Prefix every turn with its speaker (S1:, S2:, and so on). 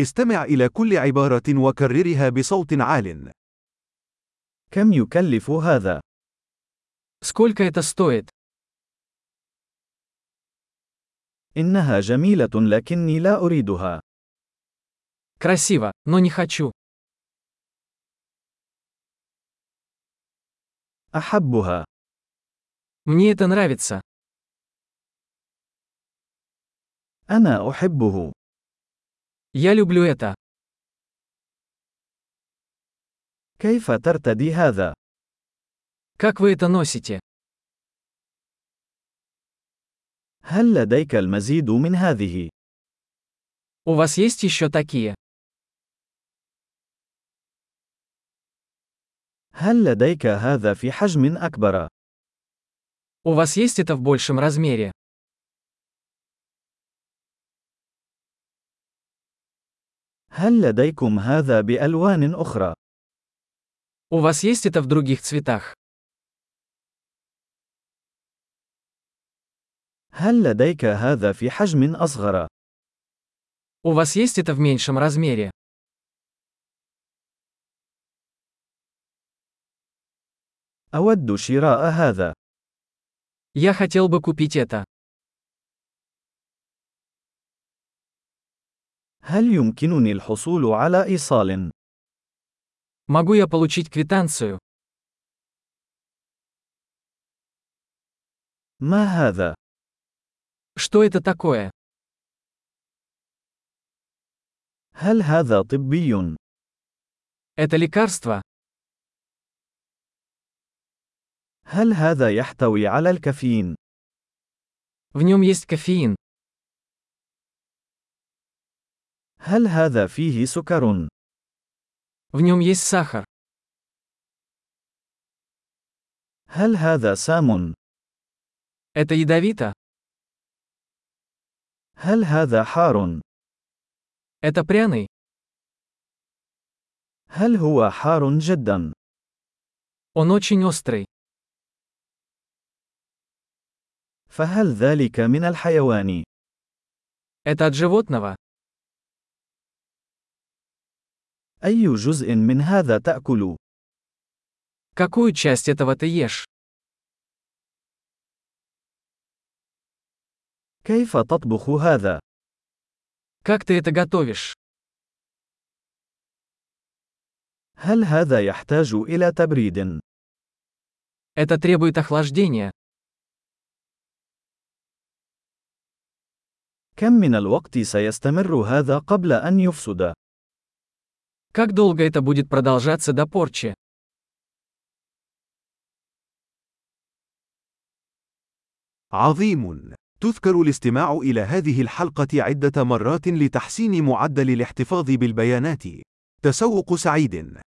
S1: استمع إلى كل عبارة وكررها بصوت عال.
S2: كم يكلف هذا؟
S3: Сколько это стоит?
S2: إنها جميلة لكني لا أريدها.
S3: Красиво, но не хочу.
S2: أحبها.
S3: Мне это нравится.
S2: أنا أحبه.
S3: Я люблю это.
S2: كيف ترتدي هذا؟
S3: Как вы это носите?
S2: هل لديك المزيد من هذه؟
S3: У вас есть еще такие?
S2: هل لديك هذا في حجم أكبر؟
S3: У вас есть это в большем размере?
S2: هل لديكم هذا بألوان أخرى؟
S3: У вас есть это в других цветах?
S2: هل لديك هذا في حجم أصغر؟
S3: У вас есть это в меньшем размере?
S2: أود شراء هذا.
S3: Я хотел бы купить это.
S2: هل يمكنني الحصول على إيصال؟
S3: Могу я получить квитанцию?
S2: ما هذا؟
S3: Что это такое?
S2: هل هذا طبي؟
S3: Это лекарство?
S2: هل هذا يحتوي على الكافيين؟
S3: В нем есть кофеин.
S2: هل هذا فيه سكر؟
S3: В нем есть сахар.
S2: هل هذا سام؟
S3: Это ядовито?
S2: هل هذا حار؟
S3: Это пряный?
S2: هل هو حار جدا؟
S3: Он очень острый.
S2: فهل ذلك من الحيوان؟
S3: Это от животного?
S2: أي جزء من هذا تأكل؟
S3: Какую часть этого ты ешь?
S2: كيف تطبخ هذا؟
S3: Как ты это готовишь?
S2: هل هذا يحتاج إلى تبريد؟
S3: Это требует охлаждения.
S2: كم من الوقت سيستمر هذا قبل أن يفسد؟
S3: Как долго это будет продолжаться до порчи?
S1: عظيم. تذكر الاستماع إلى هذه الحلقة عدة مرات لتحسين معدل الاحتفاظ بالبيانات. تسوق سعيد.